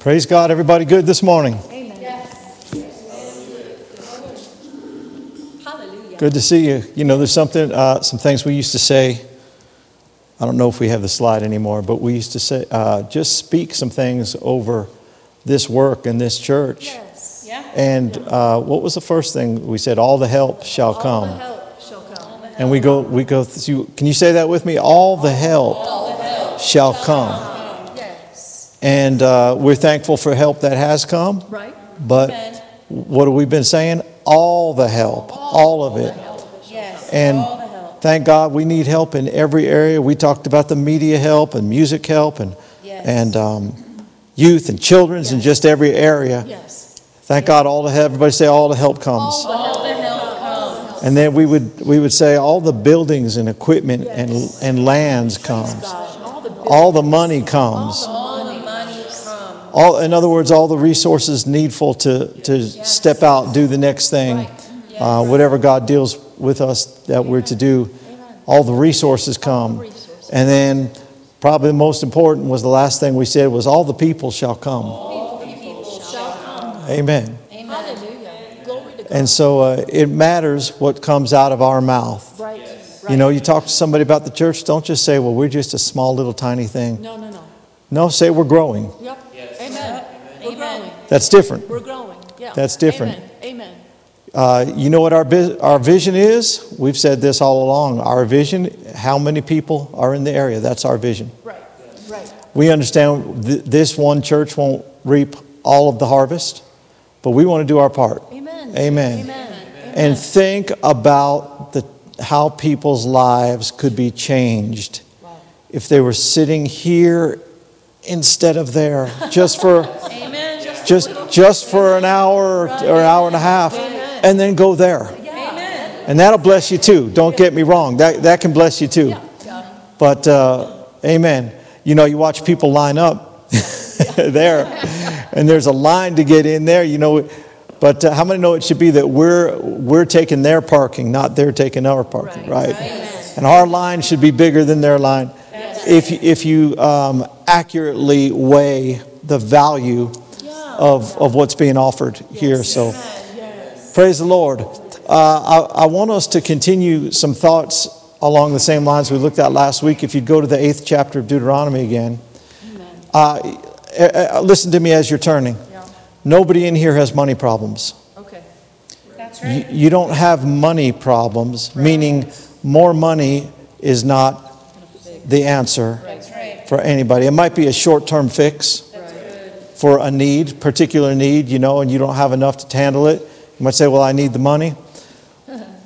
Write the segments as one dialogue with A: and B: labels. A: Praise God, everybody good this morning?
B: Hallelujah.
A: Good to see you. You know, there's something, uh, some things we used to say. I don't know if we have the slide anymore, but we used to say, uh, just speak some things over this work and this church.
B: Yes. Yeah.
A: And uh, what was the first thing we said? All the help shall
B: All
A: come.
B: the help shall come.
A: And we go, we go. Through, can you say that with me? All the help, shall come.
B: Yes.
A: And uh, we're thankful for help that has come.
B: Right? Amen.
A: But what have we been saying? All the help, all of it.
B: Yes.
A: And
B: All the help.
A: thank God we need help in every area. We talked about the media help and music help and
B: Yes.
A: and um, youth and children's and
B: Yes.
A: just every area.
B: Yes.
A: Thank God all the help. Everybody say all the help comes.
B: All the help comes.
A: and then we would we would say all the buildings and equipment and and lands comes.
B: All the
A: All the money comes.
B: all the money comes.
A: All in other words, all the resources needful to to step out, do the next thing. Uh, whatever God deals with us that we're to do, all the resources come. And then, probably the most important was the last thing we said was, "All the people shall come." Amen.
B: Hallelujah. Glory to God.
A: And so uh, it matters what comes out of our mouth.
B: Right.
A: You know, you talk to somebody about the church. Don't just say, "Well, we're just a small little tiny thing."
B: No, no, no.
A: No, say we're growing.
B: Yep. Amen. We're growing.
A: That's different.
B: We're growing. Yeah.
A: That's different.
B: Amen. Amen.
A: Uh, you know what our vis- our vision is? We've said this all along. Our vision: how many people are in the area? That's our vision.
B: Right. Right.
A: We understand th- this one church won't reap all of the harvest, but we want to do our part.
B: Amen.
A: Amen.
B: Amen.
A: And think about the, how people's lives could be changed
B: Wow.
A: if they were sitting here instead of there, just for
B: Amen. Just
A: just just for an hour or an hour and a half, and then go there.
B: Amen.
A: And that'll bless you too. Don't get me wrong. That, that can bless you too. But uh, amen. You know, you watch people line up there, and there's a line to get in there. You know, but uh, how many know it should be that we're we're taking their parking, not they're taking our parking, right? And our line should be bigger than their line. If you- if you um, accurately weigh the value of of what's being offered here, so. Praise the Lord. Uh, I, I want us to continue some thoughts along the same lines we looked at last week. If you'd go to the eighth chapter of Deuteronomy again, uh, eh, eh, listen to me as you're turning. Nobody in here has money problems.
B: Okay.
C: That's
A: You,
C: right.
A: you don't have money problems, meaning more money is not the answer
C: That's right.
A: for anybody. It might be a short term fix for a need, particular need, you know, and you don't have enough to handle it. You might say, Well, I need the money.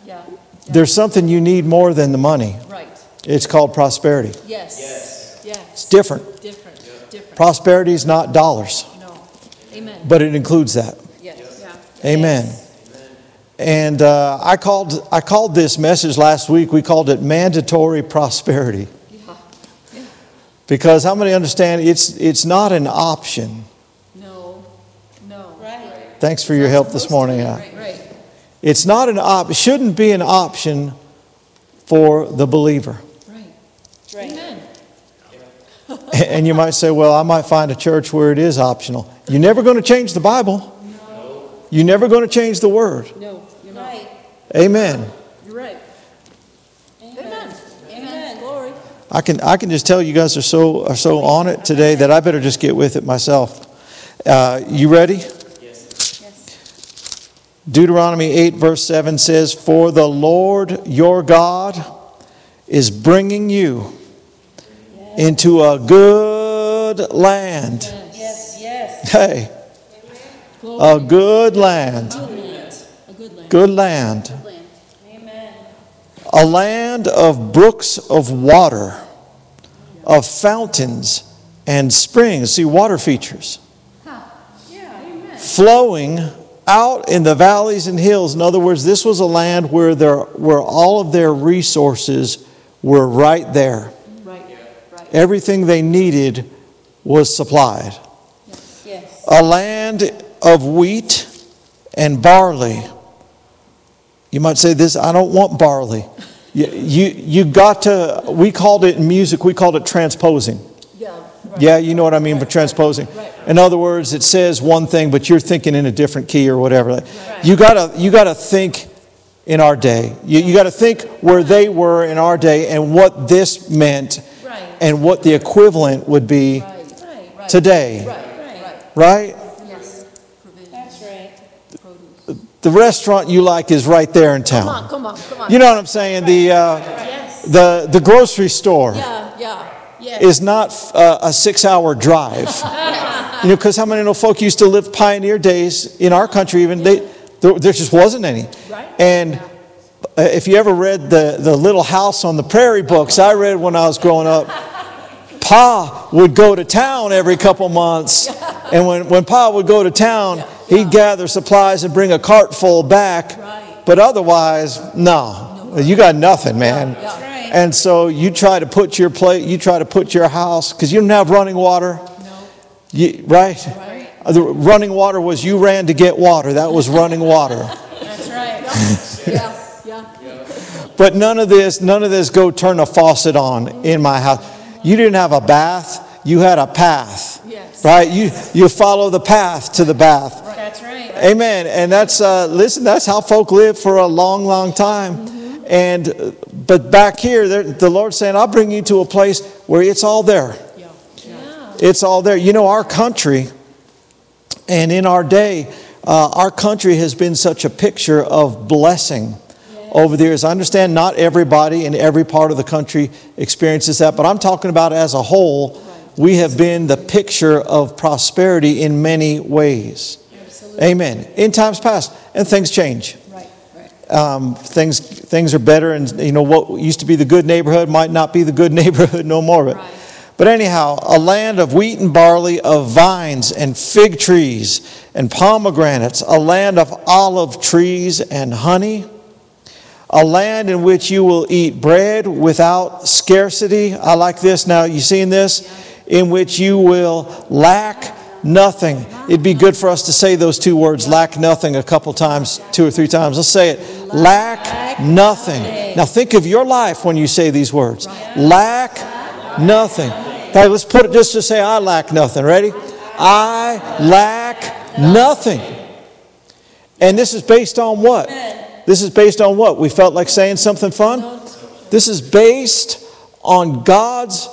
B: Yeah.
A: There's something you need more than the money.
B: Right.
A: It's called prosperity.
B: Yes. Yes. Yes.
A: It's different.
B: Different. Different.
A: Prosperity is not dollars,
B: No. Amen.
A: but it includes that.
B: Yes.
A: Amen. And uh, I called I called this message last week. We called it mandatory prosperity. Because how many understand it's it's not an option.
B: No. No.
C: Right.
A: Thanks for your help this morning. Uh,
B: Right. Right.
A: It's not an op. Shouldn't be an option for the believer.
B: Right.
C: Right.
B: Amen.
A: And you might say, well, I might find a church where it is optional. You're never going to change the Bible. You're never going to change the Word.
B: No. You're not.
C: Right.
A: Amen.
B: You're right. Amen. Amen. Glory.
A: I can, I can just tell you guys are so, are so on it today that I better just get with it myself. Uh, you ready? Deuteronomy 8, verse 7 says, For the Lord your God is bringing you into a good land.
C: Yes, yes.
A: Hey,
B: Glory.
A: a good land.
B: A good land. A good land.
A: good land,
B: Good land.
C: Amen.
A: a land of brooks of water, of fountains and springs, see water features,
C: Yeah. Amen.
A: flowing out in the valleys and hills. In other words, this was a land where there where all of their resources were right there.
B: Right. Right.
A: Everything they needed was supplied.
C: Yes.
A: a land of wheat and barley. You might say this, I don't want barley. You, you, you got to, we called it in music, we called it transposing.
B: Yeah. Right.
A: Yeah, you know what I mean by transposing. In other words, it says one thing, but you're thinking in a different key or whatever. Like, You gotta, you gotta think in our day. You, you gotta think where they were in our day and what this meant
B: Right.
A: and what the equivalent would be
B: Right, right, right.
A: today,
B: Right, right.
A: right?
B: Yes. Provision,
C: That's right.
B: produce.
A: The restaurant you like is right there in
B: Come on,
A: town.
B: come on, come on.
A: You know what I'm saying? The, uh,
C: Yes,
A: the, the grocery store
B: Yeah, yeah,
C: yes.
A: is not uh, a six hour drive. You know, because how many know folk used to live pioneer days in our country, even they, there, there just wasn't any.
B: Right.
A: And uh, if you ever read the, the Little House on the Prairie books, I read when I was growing up, Pa would go to town every couple months. And when, when Pa would go to town, he'd gather supplies and bring a cart full back.
B: Right.
A: But otherwise, no, you got nothing, man.
B: yeah.
C: Right.
A: And so you try to put your plate, you try to put your house, because you don't have running water.
B: no,
A: You, right?
B: right.
A: Uh, The running water was you ran to get water. That was running water.
C: That's right.
B: Yeah, yeah.
A: But none of this, none of this go turn a faucet on in my house. You didn't have a bath, you had a path.
B: Yes.
A: Right? You, you follow the path to the bath.
C: That's right.
A: Amen. And that's uh, listen. That's how folk lived for a long, long time. And uh, but back here, there- the Lord's saying, "I'll bring you to a place where it's all there.
B: Yeah.
A: It's all there." You know, our country, and in our day, uh, our country has been such a picture of blessing over the years. I understand not everybody in every part of the country experiences that, but I'm talking about as a whole. We have been the picture of prosperity in many ways. Amen. In times past, and things change.
B: Right, right.
A: Um, things things are better, and you know what used to be the good neighborhood might not be the good neighborhood no more. But,
B: Right.
A: but anyhow, a land of wheat and barley, of vines and fig trees and pomegranates, a land of olive trees and honey, a land in which you will eat bread without scarcity. I like this. Now you seeing this? In which you will lack nothing. It'd be good for us to say those two words, lack nothing, a couple times, two or three times. Let's say it. Lack nothing. Now think of your life when you say these words. Lack nothing. Now, let's put it just to say I lack nothing. Ready? I lack nothing. And this is based on what? This is based on what? We felt like saying something fun? This is based on God's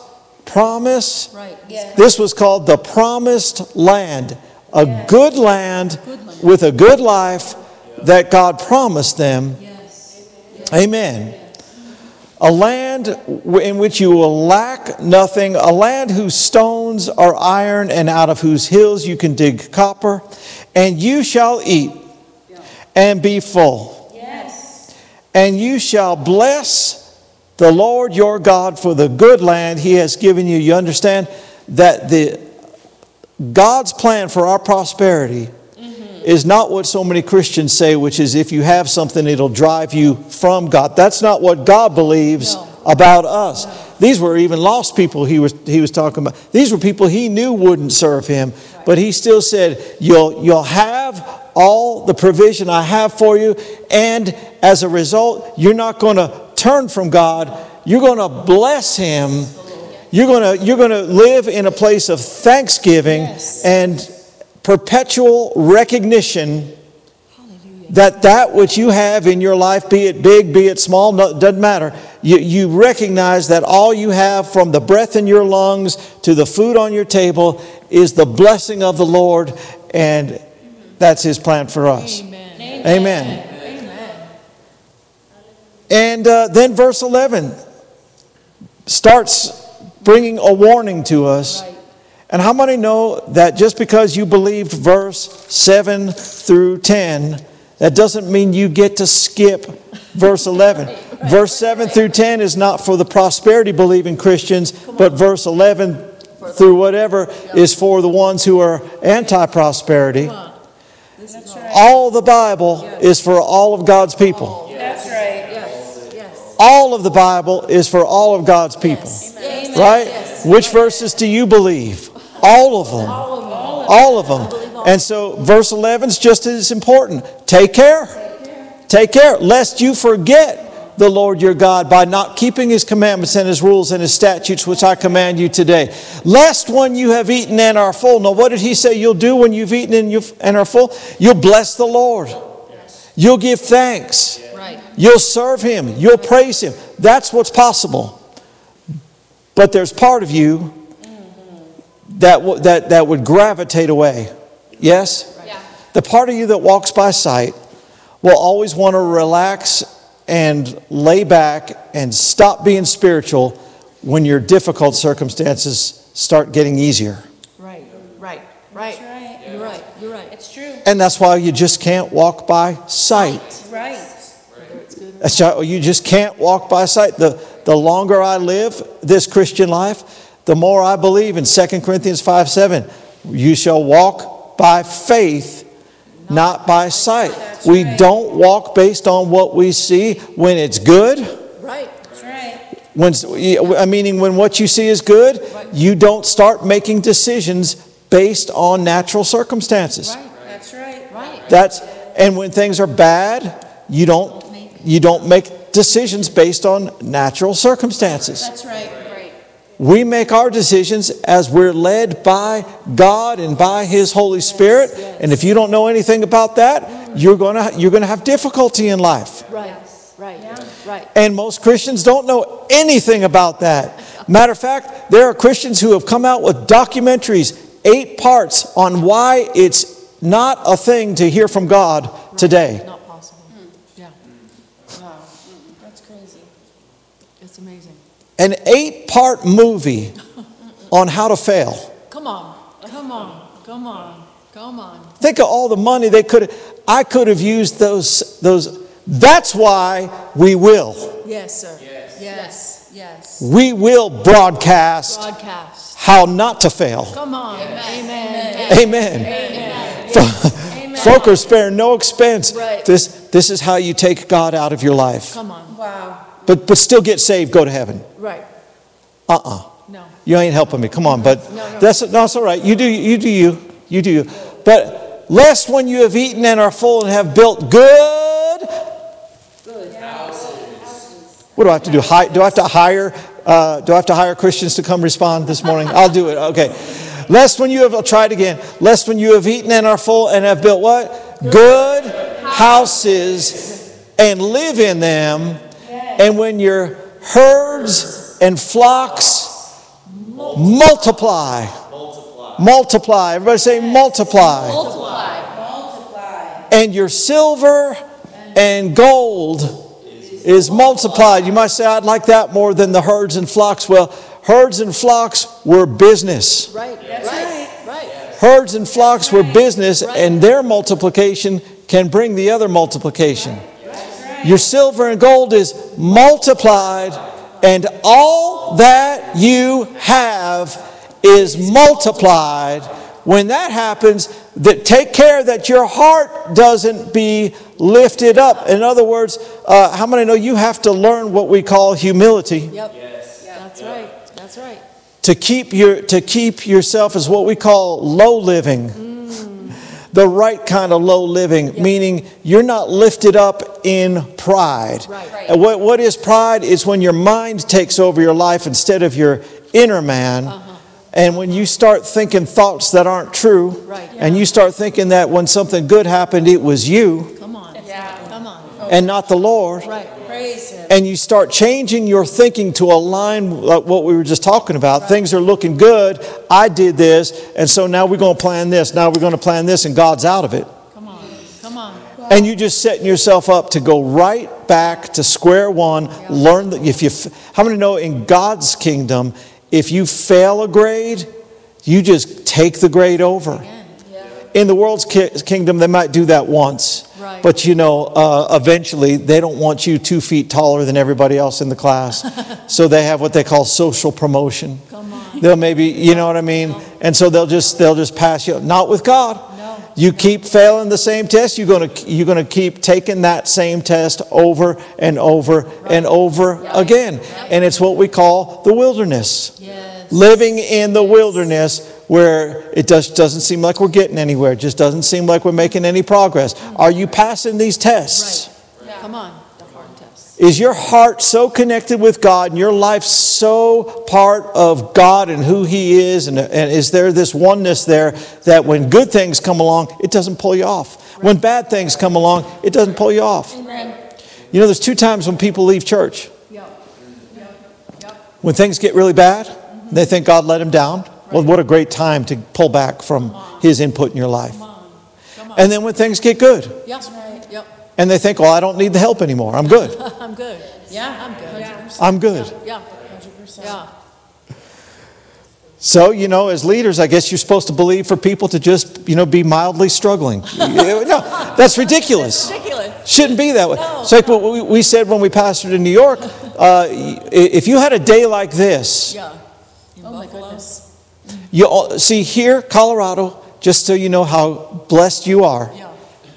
A: promise.
B: Right.
C: Yeah.
A: This was called the promised land, a good land
B: Good land.
A: with a good life that God promised them.
B: Yes.
A: Amen. A land w- in which you will lack nothing, a land whose stones are iron and out of whose hills you can dig copper, and you shall eat and be full,
C: Yes.
A: and you shall bless the Lord your God for the good land he has given you. You understand that the God's plan for our prosperity is not what so many Christians say, which is if you have something, it'll drive you from God. That's not what God believes
B: No.
A: about us. These were even lost people he was, he was talking about. These were people he knew wouldn't serve him, but he still said, you'll, you'll have all the provision I have for you, and as a result, you're not going to turn from God. You're going to bless him. You're going to, you're going to live in a place of thanksgiving
C: Yes.
A: and perpetual recognition
B: Hallelujah.
A: that that which you have in your life, be it big, be it small, no, doesn't matter. You, you recognize that all you have from the breath in your lungs to the food on your table is the blessing of the Lord, and that's His plan for us.
B: Amen.
A: Amen. And uh, then verse 11 starts bringing a warning to us.
B: Right.
A: And how many know that just because you believed verse 7 through 10, that doesn't mean you get to skip verse 11? Verse 7 through 10 is not for the prosperity believing Christians, but verse 11 through whatever is for the ones who are anti prosperity.
C: That's right.
A: All the Bible is for all of God's people.
C: That's right.
B: Yes, yes.
A: All of the Bible is for all of God's people.
B: Amen.
A: Right?
B: Yes.
A: Which verses do you believe? All of them.
B: All of them.
A: All of
B: I believe
A: them.
B: all.
A: And so verse 11 is just as important. Take care. Take care lest you forget the Lord your God by not keeping his commandments and his rules and his statutes, which I command you today. Lest when you have eaten and are full. Now, what did he say you'll do when you've eaten and, you've, and are full? You'll bless the Lord. You'll give thanks.
B: Right.
A: You'll serve him. You'll praise him. That's what's possible. But there's part of you that, w- that, that would gravitate away. Yes?
B: Yeah.
A: The part of you that walks by sight will always want to relax and lay back and stop being spiritual when your difficult circumstances start getting easier.
B: Right. Right. Right.
C: right.
B: You're right. You're right.
C: It's true.
A: And that's why you just can't walk by sight.
C: Right.
A: That's how- you just can't walk by sight. The, the longer I live this Christian life, the more I believe in 2 Corinthians 5 7. You shall walk by faith, not by sight. We don't walk based on what we see when it's good.
B: Right.
C: That's right.
A: When, I meaning when what you see is good, you don't start making decisions based on natural circumstances.
B: Right.
C: That's right.
B: Right.
A: That's and when things are bad, you don't you don't make decisions based on natural circumstances.
C: That's right. Right.
A: We make our decisions as we're led by God and by his Holy Spirit. And if you don't know anything about that, you're going to you're going to have difficulty in life.
B: Right. Right. Right.
A: And most Christians don't know anything about that. Matter of fact, there are Christians who have come out with documentaries, eight parts on why it's not a thing to hear from God today.
B: Not possible. Yeah.
C: Hmm. Wow. That's crazy.
B: It's amazing.
A: an eight part movie on how to fail.
B: Come on. Come on. Come on. Come on.
A: Think of all the money they could I could have used those those that's why we will.
B: Yes, sir.
C: Yes. Yes.
A: We will broadcast
B: Broadcast.
A: how not to fail.
B: Come on. Amen.
A: Amen. Folk are sparing no expense.
B: Right.
A: This this is how you take God out of your life.
B: Come on.
C: Wow.
A: But but still get saved, go to heaven.
B: Right.
A: Uh-uh.
B: No.
A: You ain't helping me. Come on, but
B: No, no.
A: that's no, it's all right. You do you do you. You do you. But lest when you have eaten and are full and have built good What do I have to do? Hi, do I have to hire uh, do I have to hire Christians to come respond this morning? I'll do it. Okay. Lest when you have I'll try it again. Lest when you have eaten and are full and have built what? Good houses and live in them. And when your herds and flocks multiply. Multiply. Everybody say multiply. Multiply. And your silver and gold is multiplied. You might say, I'd like that more than the herds and flocks. Well, herds and flocks were business.
B: Right. Right. Right.
A: Herds and flocks were business, and their multiplication can bring the other multiplication. Your silver and gold is multiplied, and all that you have is multiplied. When that happens, that take care that your heart doesn't be lifted up. In other words, uh, how many know you have to learn what we call humility?
B: Yep. Yes. That's right. That's right.
A: to keep your to keep yourself is what we call low living
B: Mm.
A: the right kind of low living meaning you're not lifted up in pride
B: Right. Right.
A: And what, what is pride is when your mind takes over your life instead of your inner man
B: Uh-huh.
A: and when you start thinking thoughts that aren't true
B: Right.
A: and you start thinking that when something good happened it was you
B: Come on.
C: Yeah. Oh.
B: Come on.
A: and not the lord
B: Right.
C: Praise him.
A: and you start changing your thinking to align like what we were just talking about. Things are looking good. I did this, and so now we're going to plan this. Now we're going to plan this, and God's out of it.
B: Come on. Come on.
A: And you just setting yourself up to go right back to square one. Learn that if you, f- how many know in God's kingdom, if you fail a grade, you just take the grade over. In the world's ki- kingdom, they might do that once.
B: Right.
A: But you know, uh, eventually, they don't want you two feet taller than everybody else in the class. so they have what they call social promotion.
B: Come on.
A: They'll maybe, you know what I mean? And so they'll just they'll just pass you. Not with God.
B: No.
A: You keep failing the same test, you're going to you're going to keep taking that same test over and over and over again. And it's what we call the wilderness
B: Yes.
A: living in the wilderness where it just doesn't seem like we're getting anywhere. It just doesn't seem like we're making any progress. Are you passing these tests?
B: Right. Come on. The hard test.
A: Is your heart so connected with God and your life so part of God and who He is? And, and is there this oneness there that when good things come along, it doesn't pull you off? When bad things come along, it doesn't pull you off. You know, there's two times when people leave church
B: Yep, yep, yep,
A: when things get really bad, they think God let him down. Well, what a great time to pull back from his input in your life.
B: come on, come on.
A: And then when things get good,
B: Yes, right, yep,
A: and they think, well, I don't need the help anymore. I'm good.
B: I'm good. Yeah, I'm good. Yeah,
A: I'm good.
B: yeah,
C: Hundred percent.
B: yeah.
A: So, you know, as leaders, I guess you're supposed to believe for people to just, you know, be mildly struggling. no, that's ridiculous.
B: Ridiculous.
A: Shouldn't be that way.
B: No.
A: It's like what we, we said when we pastored in New York uh, y- if you had a day like this,
B: Yeah. In
C: Oh, my
B: Buffalo.
C: goodness.
A: You all, see here, Colorado, just so you know how blessed you are,
B: Yeah.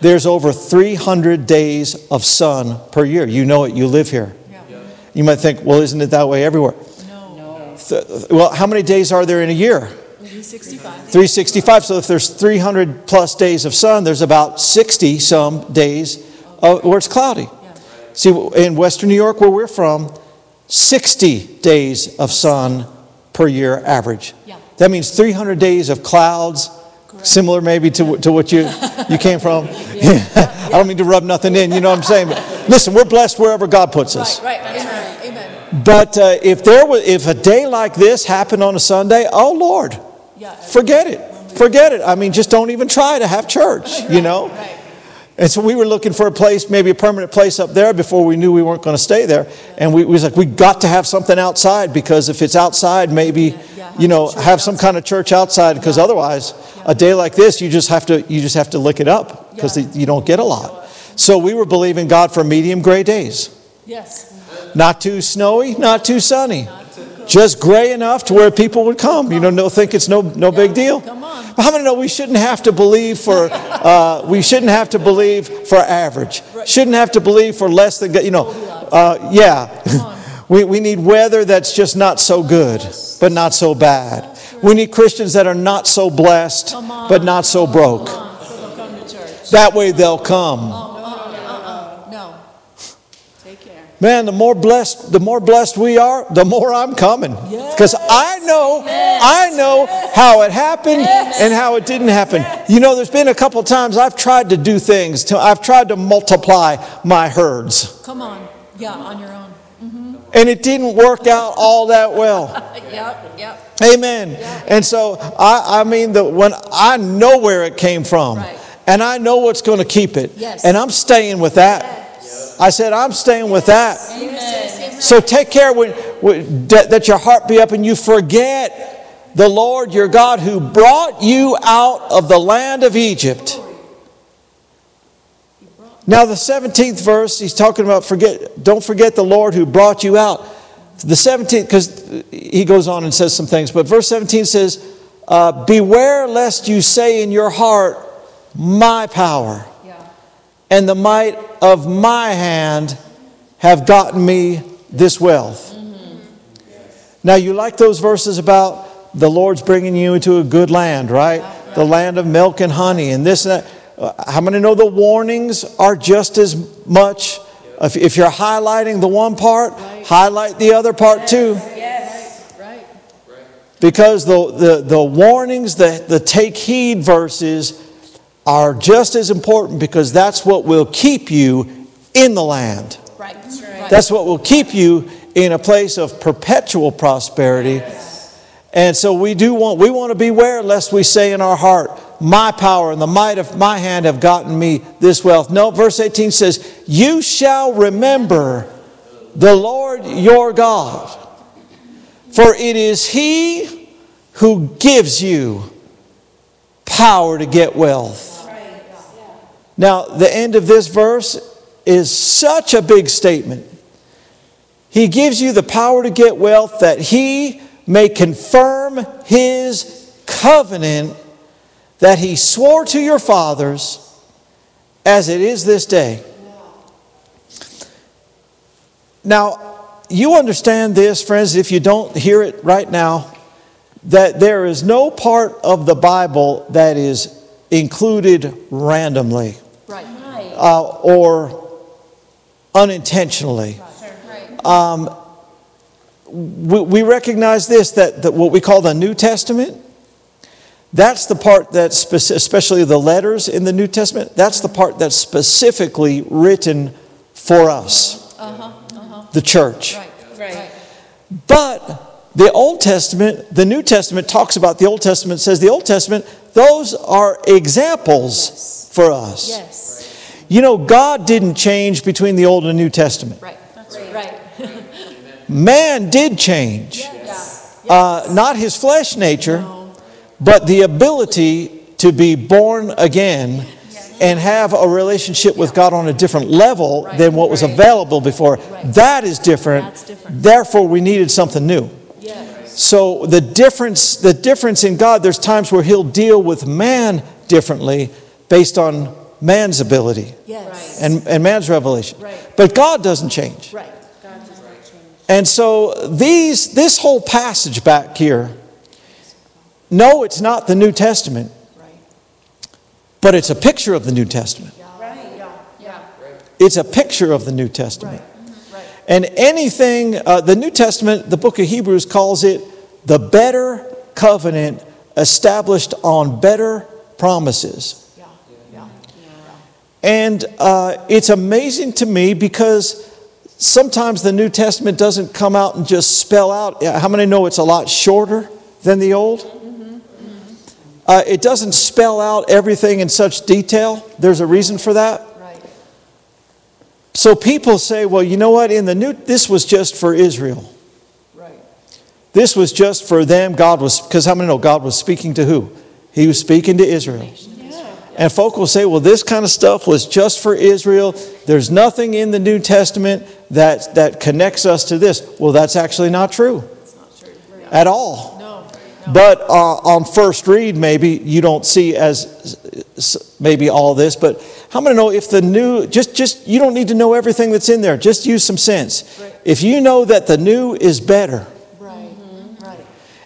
A: there's over 300 days of sun per year. You know it, you live here.
B: Yeah.
A: You might think, well, isn't it that way everywhere?
B: No.
A: Th- well, how many days are there in a year?
B: Maybe sixty-five.
A: 365. So if there's 300 plus days of sun, there's about 60 some days uh, where it's cloudy.
B: Yeah.
A: See, in Western New York, where we're from, 60 days of sun per year average.
B: Yeah.
A: That means 300 days of clouds, similar maybe to, to what you, you came from. I don't mean to rub nothing in, you know what I'm saying? But listen, we're blessed wherever God puts us.
B: Right, right, amen, amen.
A: But uh, if, there was, if a day like this happened on a Sunday, oh Lord,
B: Yeah.
A: forget it. Forget it. I mean, just don't even try to have church, you know?
B: Right.
A: And so we were looking for a place, maybe a permanent place up there before we knew we weren't going to stay there. And we, we was like, we got to have something outside because if it's outside, maybe,
B: yeah, have
A: you know,
B: some church
A: have some kind of church outside because otherwise a day like this, you just have to, you just have to lick it up because
B: Yeah.
A: you don't get a lot. So we were believing God for medium gray days.
B: Yes,
A: Not too snowy, not too sunny. Just gray enough to where people would come. You know, no think it's no no big deal.
B: come on.
A: But How many know we shouldn't have to believe for uh, we shouldn't have to believe for average. Shouldn't have to believe for less than good. You know, uh, yeah. We, we need weather that's just not so good, but not so bad. We need Christians that are not so blessed, but not so broke.
B: so come to church. Uh-uh.
A: That way they'll come.
C: Oh,
B: No,
C: Take care.
A: Man, the more blessed, the more blessed we are, the more I'm coming. Because I know, I know how it happened and how it didn't happen. You know, there's been a couple times I've tried to do things. To, I've tried to multiply my herds,
B: come on, yeah, on your own.
A: and it didn't work out all that well.
B: Yep, yep.
A: Amen. And so I, I mean the when I know where it came from
B: Right.
A: and I know what's going to keep it.
B: Yes.
A: And I'm staying with that. I said I'm staying with that.
C: Amen.
A: So take care when, when, that, that your heart be up and you forget the Lord your God who brought you out of the land of Egypt. Now, the 17th verse, he's talking about forget, don't forget the Lord who brought you out. The 17th, because he goes on and says some things, but verse 17 says, uh, Beware lest you say in your heart, My power
B: Yeah,
A: and the might of my hand have gotten me this wealth. Now, you like those verses about the Lord's bringing you into a good land, right? The land of milk and honey, and this and that. Uh, How many know the warnings are just as much? If, if you're highlighting the one part, highlight the other part too.
B: right,
A: Because the, the, the warnings, the, the take heed verses are just as important because that's what will keep you in the land.
C: Right. That's right.
A: That's what will keep you in a place of perpetual prosperity. And so we do want, we want to beware lest we say in our heart, my power and the might of my hand have gotten me this wealth. No, verse 18 says, You shall remember the Lord your God, for it is he who gives you power to get wealth. Now, the end of this verse is such a big statement. He gives you the power to get wealth that he may confirm his covenant that he swore to your fathers as it is this day. Now, you understand this, friends, if you don't hear it right now, that there is no part of the Bible that is included randomly
B: right.
A: uh, or unintentionally. Um, we, we recognize this that, that what we call the New Testament, that's the part that's spec- especially the letters in the New Testament, that's the part that's specifically written for us, the church.
B: Right.
C: Right.
A: But the Old Testament, the New Testament talks about the Old Testament, says the Old Testament, those are examples for us.
B: Yes.
A: You know, God didn't change between the Old and New Testament.
B: Right. Right.
A: Man did change.
B: Yes.
A: uh, not his flesh nature, but the ability to be born again and have a relationship with God on a different level than what was available before. That is different.
B: That's different.
A: Therefore, we needed something new.
B: Yes.
A: So the difference, the difference in God, there's times where He'll deal with man differently based on man's ability
B: Yes.
A: and, and man's revelation.
B: Right.
A: But God doesn't change.
B: Right.
A: And so these this whole passage back here, no, it's not the New Testament,
B: Right.
A: but it's a picture of the New Testament.
C: Right. Yeah.
B: Yeah.
A: It's a picture of the New Testament.
B: Right. Mm-hmm. Right.
A: And anything, uh, the New Testament, the book of Hebrews calls it the better covenant established on better promises.
B: Yeah. Yeah.
A: And uh, it's amazing to me because sometimes the New Testament doesn't come out and just spell out. yeah, How many know it's a lot shorter than the Old? Uh, it doesn't spell out everything in such detail. There's a reason for that.
B: Right.
A: So people say, well, you know what? In the New, this was just for Israel.
B: Right.
A: This was just for them. God was, because how many know God was speaking to who? He was speaking to Israel. And folk will say, well, this kind of stuff was just for Israel. There's nothing in the New Testament that, that connects us to this. Well, that's actually not true
B: It's not true.
A: at all.
B: No.
A: But uh, on first read, maybe you don't see as s- s- maybe all this. But how many know if the new just just you don't need to know everything that's in there. Just use some sense.
B: Right.
A: If you know that the new is better,
B: Right. Right.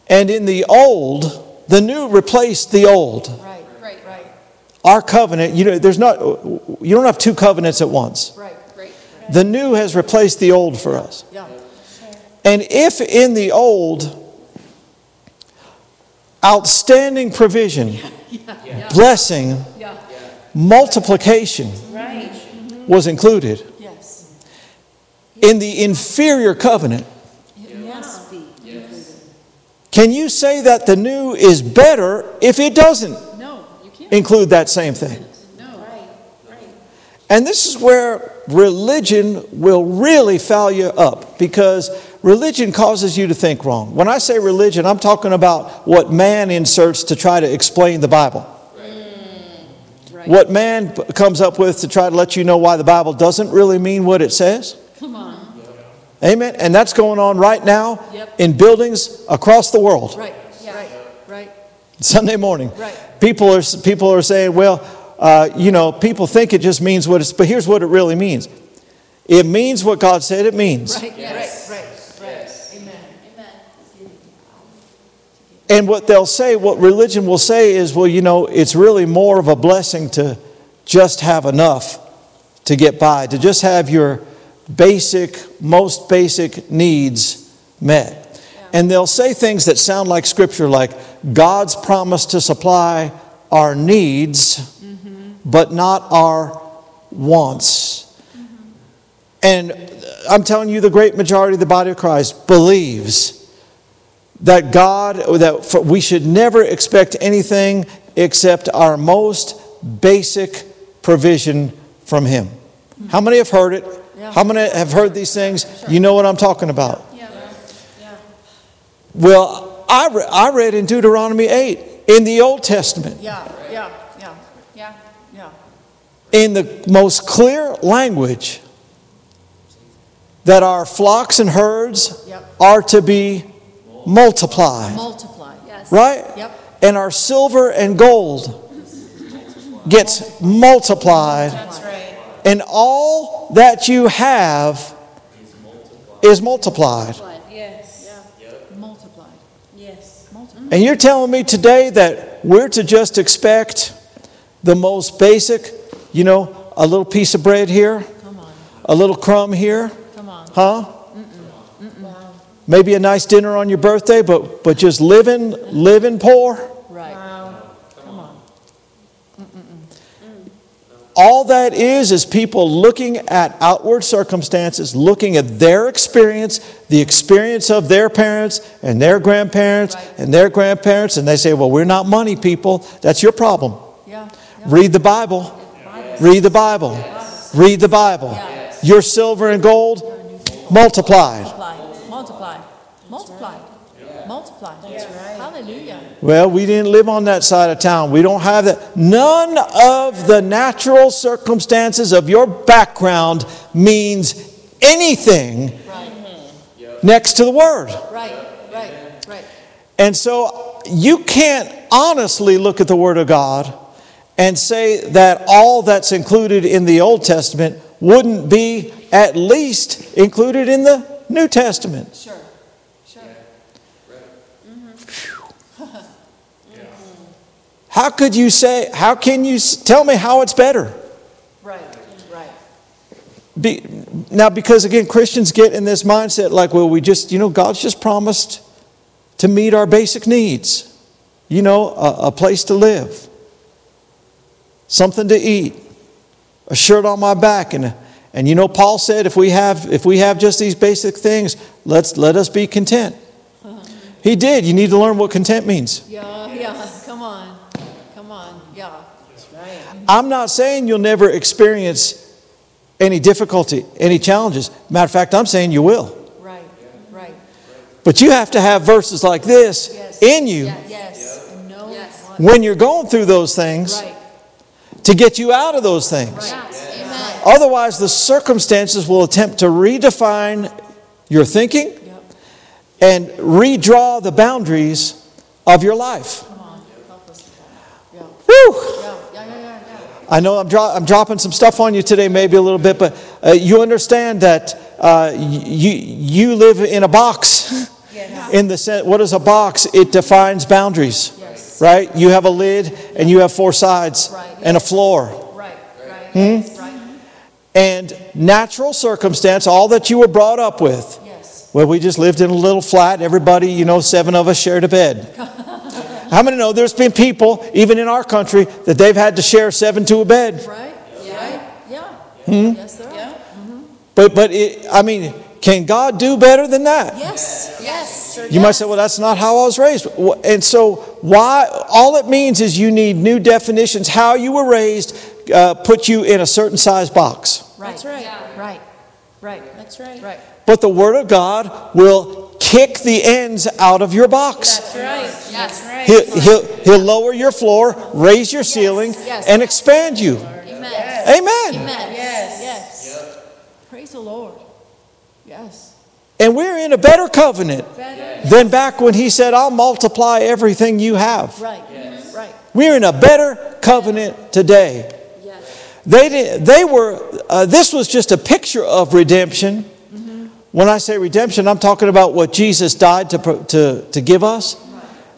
A: and in the old, the new replaced the old.
B: Right. Right. Right.
A: Our covenant, you know, there's not you don't have two covenants at once.
B: Right.
C: Right.
A: The new has replaced the old for us.
B: Yeah.
A: And if in the old, outstanding provision, blessing,
B: Yeah. Mm-hmm.
A: multiplication was included,
B: Yes.
A: in the inferior covenant,
B: It must be.
A: can you say that the new is better if it doesn't
B: No, you can't.
A: include that same thing?
B: No. Right.
A: And this is where religion will really foul you up because religion causes you to think wrong. When I say religion, I'm talking about what man inserts to try to explain the Bible.
B: Mm, Right.
A: What man p- comes up with to try to let you know why the Bible doesn't really mean what it says.
B: Come on.
A: Amen. And that's going on right now
B: Yep.
A: in buildings across the world.
B: Right. Right. Right.
A: Sunday morning.
B: Right.
A: People are people are saying, well, uh, you know, people think it just means what it's, but here's what it really means. It means what God said it means.
B: Right. Right. Right. Right. Amen.
A: And what they'll say, what religion will say is, well, you know, it's really more of a blessing to just have enough to get by, to just have your basic, most basic needs met. And they'll say things that sound like scripture, like God's promise to supply our needs, but not our wants. And I'm telling you, the great majority of the body of Christ believes that God, or that for, we should never expect anything except our most basic provision from Him. How many have heard it?
B: Yeah.
A: How many have heard these things? You know what I'm talking about.
C: Yeah.
A: Well, I, re- I read in Deuteronomy 8 in the Old Testament,
B: Yeah. Yeah. Yeah.
C: Yeah.
B: Yeah.
A: in the most clear language, that our flocks and herds
B: Yep.
A: are to be multiplied,
B: Multiply. Yes.
A: right?
B: Yep.
A: and our silver and gold gets multiplied,
C: That's right.
A: and all that you have is multiplied.
C: Yes.
B: Multiply.
C: Yes.
B: Multiply.
A: And you're telling me today that we're to just expect the most basic, you know, a little piece of bread here,
B: Come on.
A: a little crumb here,
B: Come on.
A: huh? maybe a nice dinner on your birthday, but, but just living, living poor.
B: Right.
A: All that is is people looking at outward circumstances, looking at their experience, the experience of their parents and their grandparents
B: Right.
A: and their grandparents, and they say, Well, we're not money people. That's your problem.
B: Yeah. yeah.
A: Read the Bible. Read the Bible. Read the Bible.
B: Yes.
A: Your silver and gold multiplied.
B: Multiply. Multiply. Multiply. Multiply. That's right. Hallelujah.
A: Well, we didn't live on that side of town. We don't have that. None of the natural circumstances of your background means anything
B: Right.
A: next to the Word.
B: Mm-hmm. Right. Right. Right.
A: And so you can't honestly look at the Word of God and say that all that's included in the Old Testament wouldn't be at least included in the New Testament.
B: Sure. Sure.
A: How could you say, how can you s- tell me how it's better?
B: Right. Right.
A: Be, now, because again, Christians get in this mindset like, well, we just, you know, God's just promised to meet our basic needs. You know, a, a place to live, something to eat, a shirt on my back, and and you know, Paul said, if we have if we have just these basic things, let's let us be content. He did. You need to learn what content means.
B: Yeah. Yeah. Come on. Come on. Yeah.
A: I'm not saying you'll never experience any difficulty, any challenges. Matter of fact, I'm saying you will.
B: Right. Right.
A: But you have to have verses like this
B: Yes.
A: in you
B: Yes. And no one.
A: when you're going through those things
B: Right.
A: to get you out of those things.
B: Right. Amen.
A: Otherwise, the circumstances will attempt to redefine your thinking
B: Yep.
A: and redraw the boundaries of your life.
B: Come on. Help us. Yeah.
A: Whew.
B: Yeah. Yeah. Yeah. Yeah. yeah.
A: I know I'm, dro- I'm dropping some stuff on you today, maybe a little bit, but uh, you understand that uh, y- you, you live in a box.
C: Yes.
A: In the sense, what is a box? It defines boundaries.
B: Yes.
A: right? You have a lid and you have four sides
B: Right.
A: and a floor.
B: Right. Right. Right.
A: And natural circumstance, all that you were brought up with.
B: Yes.
A: Well, we just lived in a little flat. Everybody, you know, seven of us shared a bed. How many know there's been people, even in our country, that they've had to share seven to a bed?
B: Right. Right. Yeah.
A: Hmm?
B: Yes, there are.
A: But, but it, I mean, can God do better than that?
B: Yes. Yes.
A: You might say, well, that's not how I was raised. Wh- And so, why? All it means is you need new definitions. How you were raised uh, put you in a certain size box.
B: Right.
C: That's right.
B: Right. Right.
C: That's right.
B: Right.
A: But the Word of God will kick the ends out of your box.
C: That's right. Yes. That's
A: He'll,
C: right.
A: he'll, he'll lower your floor, raise your ceiling,
B: yes.
A: and expand you.
B: Amen.
A: Amen.
B: Amen.
C: Yes.
B: Yes. Praise the Lord. Yes.
A: And we're in a better covenant than back when He said, I'll multiply everything you have.
B: Right. Right.
A: We're in a better covenant today. They, did, they were, uh, this was just a picture of redemption. When I say redemption, I'm talking about what Jesus died to, pro- to, to give us.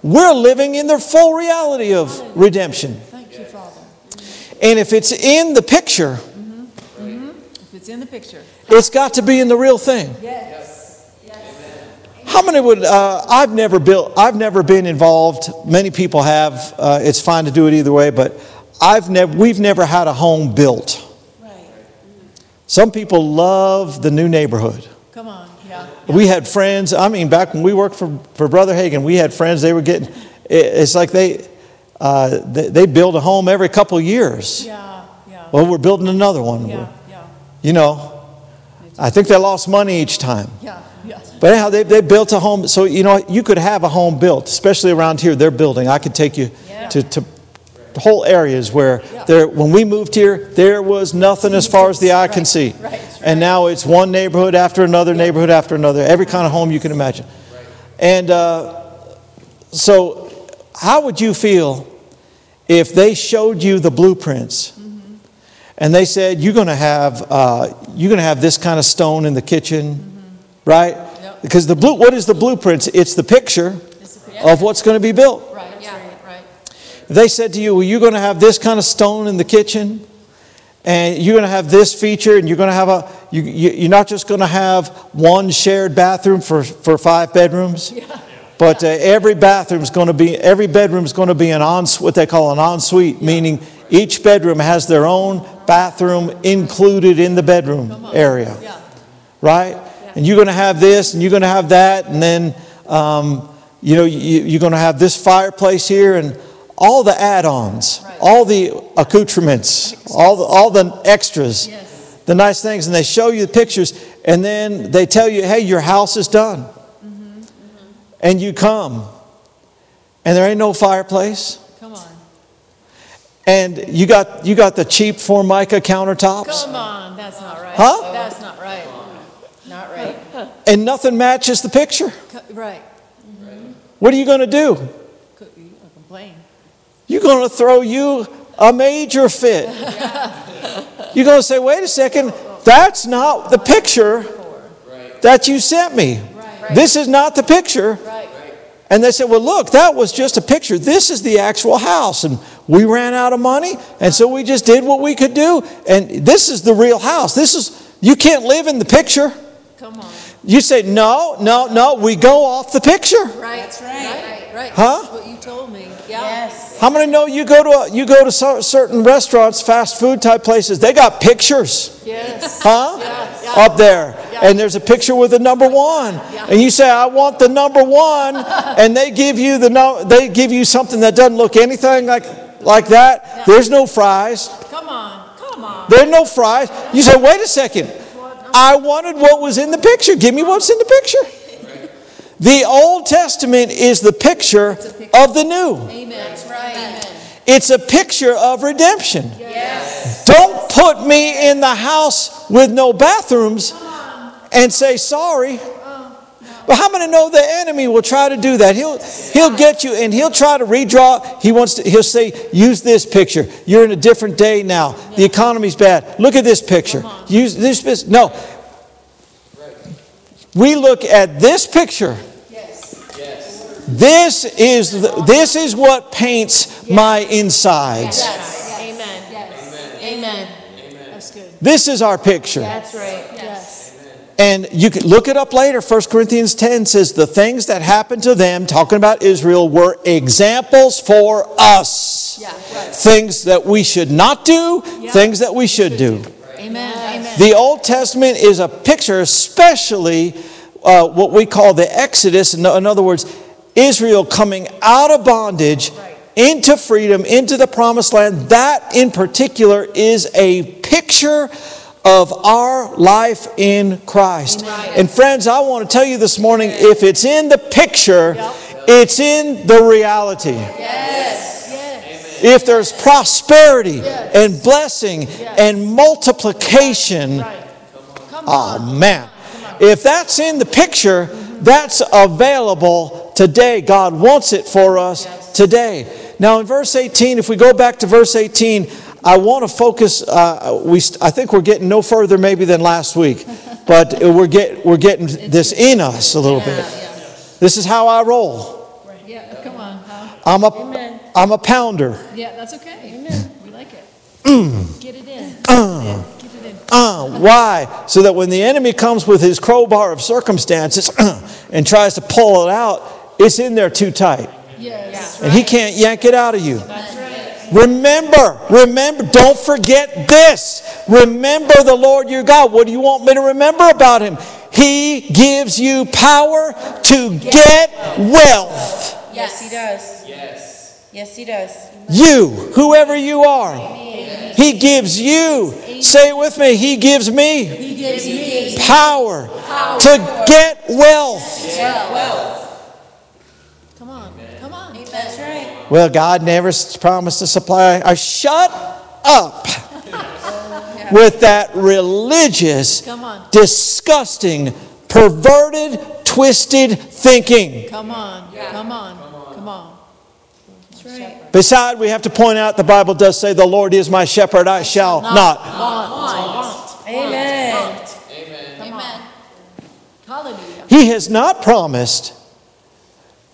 A: We're living in the full reality of redemption.
B: Thank you, Father.
A: And if it's in the picture,
B: If it's in the picture.
A: it's got to be in the real thing.
B: Yes.
A: How many would? Uh, I've never built. I've never been involved. Many people have. Uh, it's fine to do it either way, but I've never. We've never had a home built.
C: Right.
A: Some people love the new neighborhood.
B: Come on. Yeah.
A: We had friends. I mean, back when we worked for, for Brother Hagen, we had friends. They were getting. it- It's like they, uh, they they build a home every couple years.
B: Yeah. Yeah.
A: Well, we're building another one. We're-
B: Yeah. Yeah.
A: You know, I think they lost money each time.
B: Yeah. Yes.
A: But anyhow, they, they built a home. So, you know, you could have a home built, especially around here. They're building. I could take you to, to whole areas where
B: Yeah.
A: there, when we moved here, there was nothing as far as the eye can
B: Right,
A: see.
B: right,
A: And now it's one neighborhood after another, neighborhood after another, every kind of home you can imagine. And uh, so, how would you feel if they showed you the blueprints? and they said you're going to have uh, you're going to have this kind of stone in the kitchen right
B: Yep.
A: because the blue what is the blueprints it's the picture
B: It's the
A: of what's going to be built
B: Oh. Right. Yeah. Right.
A: they said to you well you're going to have this kind of stone in the kitchen and you're going to have this feature and you're going to have a you, you, you're not just going to have one shared bathroom for, for five bedrooms but uh, every bathroom's going to be every bedroom's going to be an en, what they call an ensuite meaning each bedroom has their own bathroom included in the bedroom area
B: Yeah.
A: right? And you're going to have this, and you're going to have that, and then um, you know you, you're going to have this fireplace here, and all the add-ons,
B: Right.
A: all the accoutrements, all the, all the extras,
B: Yes.
A: the nice things, and they show you the pictures, and then they tell you, hey, your house is done,
B: Mm-hmm,
A: and you come, and there ain't no fireplace.
B: Come on.
A: And you got you got the cheap formica countertops,
B: Come on. That's not right.
A: Huh?
B: That's not right. Not right.
A: and nothing matches the picture.
B: Co- Right.
A: What are you going to do?
B: Could you complain?
A: you're going to throw you a major fit. You're going to say, wait a second, that's not the picture that you sent me. This is not the picture.
B: Right.
A: And they said, well, look, that was just a picture. This is the actual house. And we ran out of money, and so we just did what we could do. And this is the real house. This is, you can't live in the picture.
B: Come on.
A: You say, no, no, no, we go off the picture.
B: Right. That's right. Right. Right.
A: Huh?
B: This is what you told me. Yeah.
C: Yes.
A: How many know you go to a, you go to cer- certain restaurants, fast food type places? They got pictures,
B: Yes.
A: huh?
B: Yeah, yeah.
A: Up there,
B: Yeah.
A: and there's a picture with the number one, and you say, "I want the number one," and they give you the no, they give you something that doesn't look anything like like that. There's no fries.
B: Come on. Come on.
A: There are no fries. You say, "Wait a second, I wanted what was in the picture. Give me what's in the picture." The Old Testament is the picture of the New.
B: Amen. That's right. Amen.
A: It's a picture of redemption. Don't put me in the house with no bathrooms and say sorry. But how many know the enemy will try to do that? He'll he'll get you and he'll try to redraw. He wants to he'll say, use this picture. You're in a different day now. The economy's bad. Look at this picture. Use this pic- no. We look at this picture. This is the, this is what paints my insides.
C: Yes. Amen. Yes. Amen. That's good.
A: This is our picture.
C: That's right. Yes.
A: And you can look it up later. 1 Corinthians 10 says, The things that happened to them, talking about Israel, were examples for us.
B: Yeah. Right.
A: Things that we should not do, things that we should do.
B: Amen. Amen.
A: The Old Testament is a picture, especially uh, what we call the Exodus. In, in other words, Israel coming out of bondage into freedom, into the promised land. That in particular is a picture of our life in Christ. And friends, I want to tell you this morning if it's in the picture, it's in the reality if there's prosperity and blessing and multiplication, oh man, if that's in the picture, that's available today. God wants it for us today. Now, in verse 18, if we go back to verse 18, I want to focus. Uh, we, st- I think we're getting no further maybe than last week, but we're, get, we're getting this in us a little bit. This is how I roll.
B: Yeah. Come on. huh?
A: I'm a, I'm a pounder.
B: Yeah. That's okay. We like it. Get it in. Get it in.
A: Mm. Uh, why? So that when the enemy comes with his crowbar of circumstances and tries to pull it out, it's in there too tight.
B: Yes.
A: And he can't yank it out of you. Remember, remember, don't forget this. Remember the Lord your God. What do you want me to remember about him? He gives you power to get wealth.
C: Yes, he does. Yes. Yes, he does.
A: You, whoever you are, he gives you. Say it with me. He gives me.
C: He gives me
A: power to get wealth.
B: Come on. Come on.
C: That's right.
A: Well, God never s- promised to supply. I shut up with that religious,
B: Come on.
A: disgusting, perverted, twisted thinking.
B: Come on. Come on. Come on.
C: That's right.
A: Beside, we have to point out the Bible does say, "The Lord is my shepherd; I shall not."
C: Amen.
B: Come on. Hallelujah.
A: He has not promised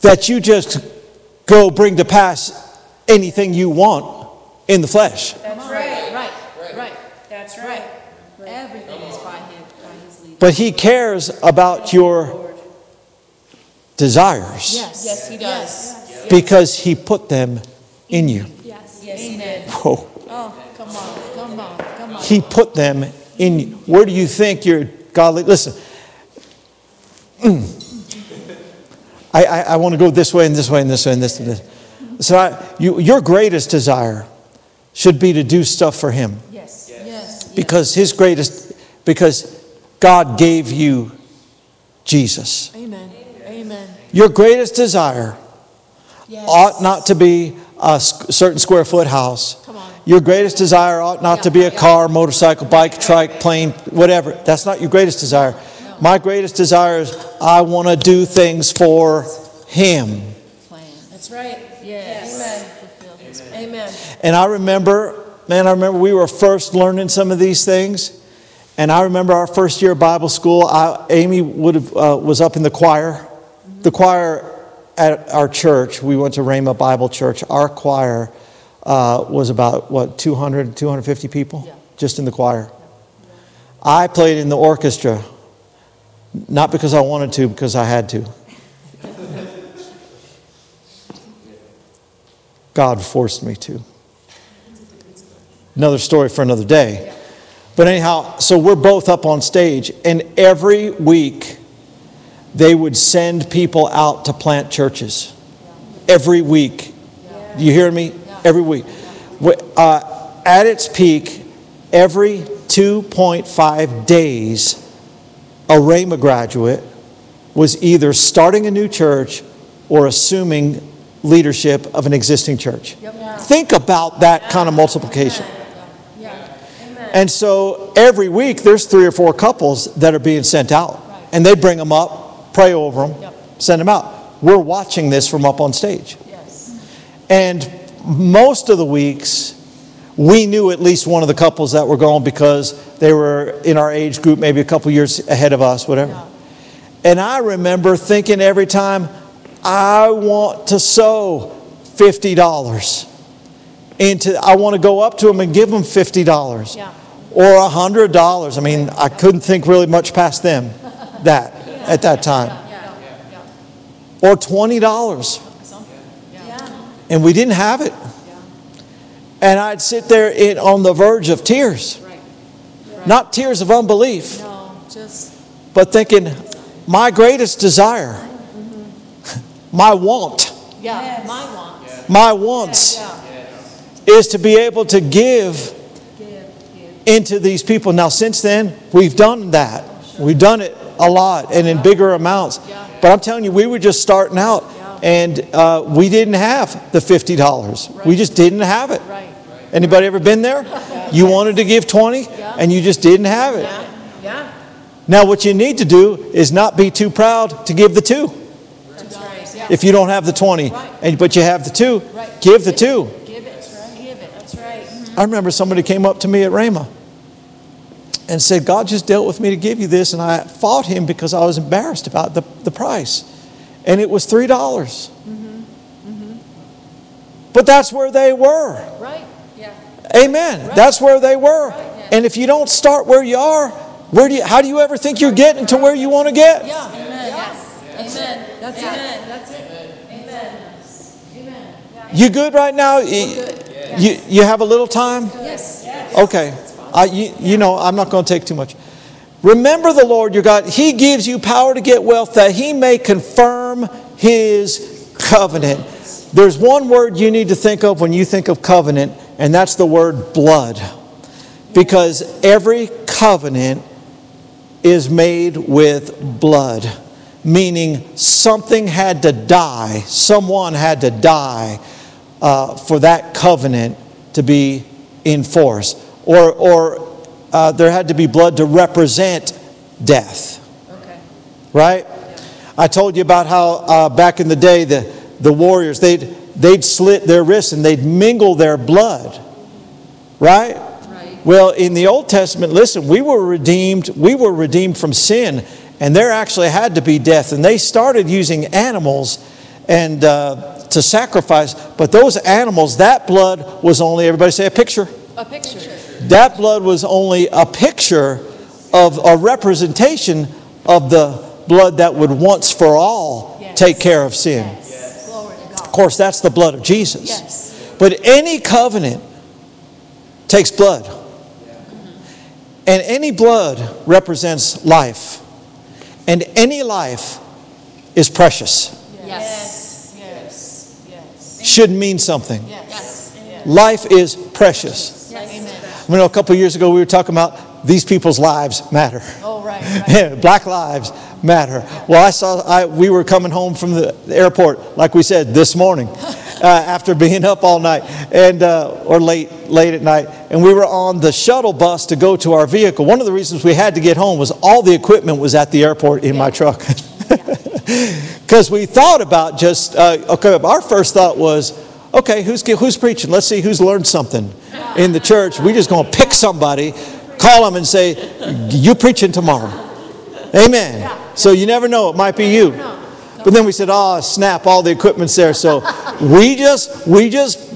A: that you just go bring to pass anything you want in the flesh.
C: That's right.
B: Right. Right.
C: That's right. Everything is by his, by his lead.
A: But He cares about your desires
B: Yes.
C: Yes, he does.
A: because He put them in you.
C: Yes, he did.
A: Whoa.
B: Oh, come on, come on, come on.
A: He put them in you. Where do you think your godly? Listen, I, I, I want to go this way and this way and this way and this and this. So I, you, your greatest desire should be to do stuff for Him
B: Yes, yes.
A: because His greatest, because God gave you Jesus.
B: Amen, amen.
A: Your greatest desire ought not to be a s- certain square foot house.
B: Come on.
A: Your greatest desire ought not to be a car, motorcycle, bike, trike, plane, whatever. That's not your greatest desire. My greatest desire is I want to do things for Him.
B: Plan.
C: That's right. Yes. Amen. Amen.
A: And I remember, man, I remember we were first learning some of these things. And I remember our first year of Bible school, I, Amy would have, uh, was up in the choir. The choir at our church, we went to Rhema Bible Church. Our choir uh, was about, what, 200, 250 people?
B: Yeah.
A: Just in the choir. I played in the orchestra, not because I wanted to, because I had to. God forced me to. Another story for another day. But anyhow, so we're both up on stage, and every week they would send people out to plant churches. Every week. Do you hear me? Every week. Wh- uh, at its peak, every 2.5 days, a Rhema graduate was either starting a new church or assuming leadership of an existing church. Think about that kind of multiplication. And so every week, there's three or four couples that are being sent out. And they bring them up, pray over them,
B: Yep.
A: send them out. We're watching this from up on stage.
B: Yes,
A: And most of the weeks, we knew at least one of the couples that were going because they were in our age group, maybe a couple years ahead of us, whatever. And I remember thinking every time, I want to sew $50 into, I want to go up to them and give them $50
B: Yeah.
A: or $100. I mean, I couldn't think really much past them that at that time. Or $20 and we didn't have it. And I'd sit there in, on the verge of tears,
B: right.
A: not tears of unbelief,
B: No, just,
A: but thinking, my greatest desire, my want,
B: yeah, my wants.
A: my wants is to be able to give into these people. Now, since then, we've done that. We've done it a lot and in bigger amounts. But I'm telling you, we were just starting out and uh, we didn't have the $50. We just didn't have it.
B: Right.
A: Anybody ever been there? You wanted to give 20 and you just didn't have it.
C: Yeah.
A: Now, what you need to do is not be too proud to give the two.
C: That's right.
A: If you don't have the 20, and, but you have the two, give the two.
C: Give it. Give it. That's right.
B: Mm-hmm.
A: I remember somebody came up to me at Rhema and said, God just dealt with me to give you this. And I fought him because I was embarrassed about the, the price. And it was $3. dollars But that's where they were.
B: Right, yeah.
A: Amen. That's where they were. And if you don't start where you are, where do you, how do you ever think you're getting to where you want to get?
B: Yeah. Amen. Yes. Amen. That's it.
C: That's it. Amen. Amen.
A: You good right now? You, you have a little time?
B: Yes.
A: Okay. I, you, you know, I'm not going to take too much. Remember the Lord your God. He gives you power to get wealth that he may confirm his covenant. There's one word you need to think of when you think of covenant, and that's the word blood. Because every covenant is made with blood, meaning something had to die, someone had to die uh, for that covenant to be in force, or, or uh, there had to be blood to represent death
C: Okay.
A: right? I told you about how uh, back in the day the, the warriors they'd they'd slit their wrists and they'd mingle their blood, right? Well, in the Old Testament, listen, we were redeemed. We were redeemed from sin, and there actually had to be death. And they started using animals and uh, to sacrifice, but those animals, that blood was only everybody say a picture
B: A picture.
A: That blood was only a picture of a representation of the blood that would once for all take care of sin.
C: Yes. Glory to
A: Of
C: God.
A: course, that's the blood of Jesus.
C: Yes.
A: But any covenant takes blood. And any blood represents life. And any life is precious,
C: Yes.
B: Yes. Yes.
A: should mean something.
C: Yes.
A: Life is precious.
C: Amen.
A: You know, a couple of years ago, we were talking about these people's lives matter.
B: Oh, right, right.
A: Black lives matter. Well, I saw, I, we were coming home from the airport, like we said, this morning, uh, after being up all night and, uh, or late, late at night. And we were on the shuttle bus to go to our vehicle. One of the reasons we had to get home was all the equipment was at the airport in my truck. Because we thought about just, uh, okay, our first thought was, okay, who's, who's preaching? Let's see who's learned something in the church. We're just going to pick somebody, call them and say, you preaching tomorrow. Amen. So you never know, it might be you. But then we said, oh, snap, all the equipment's there. So we just, we just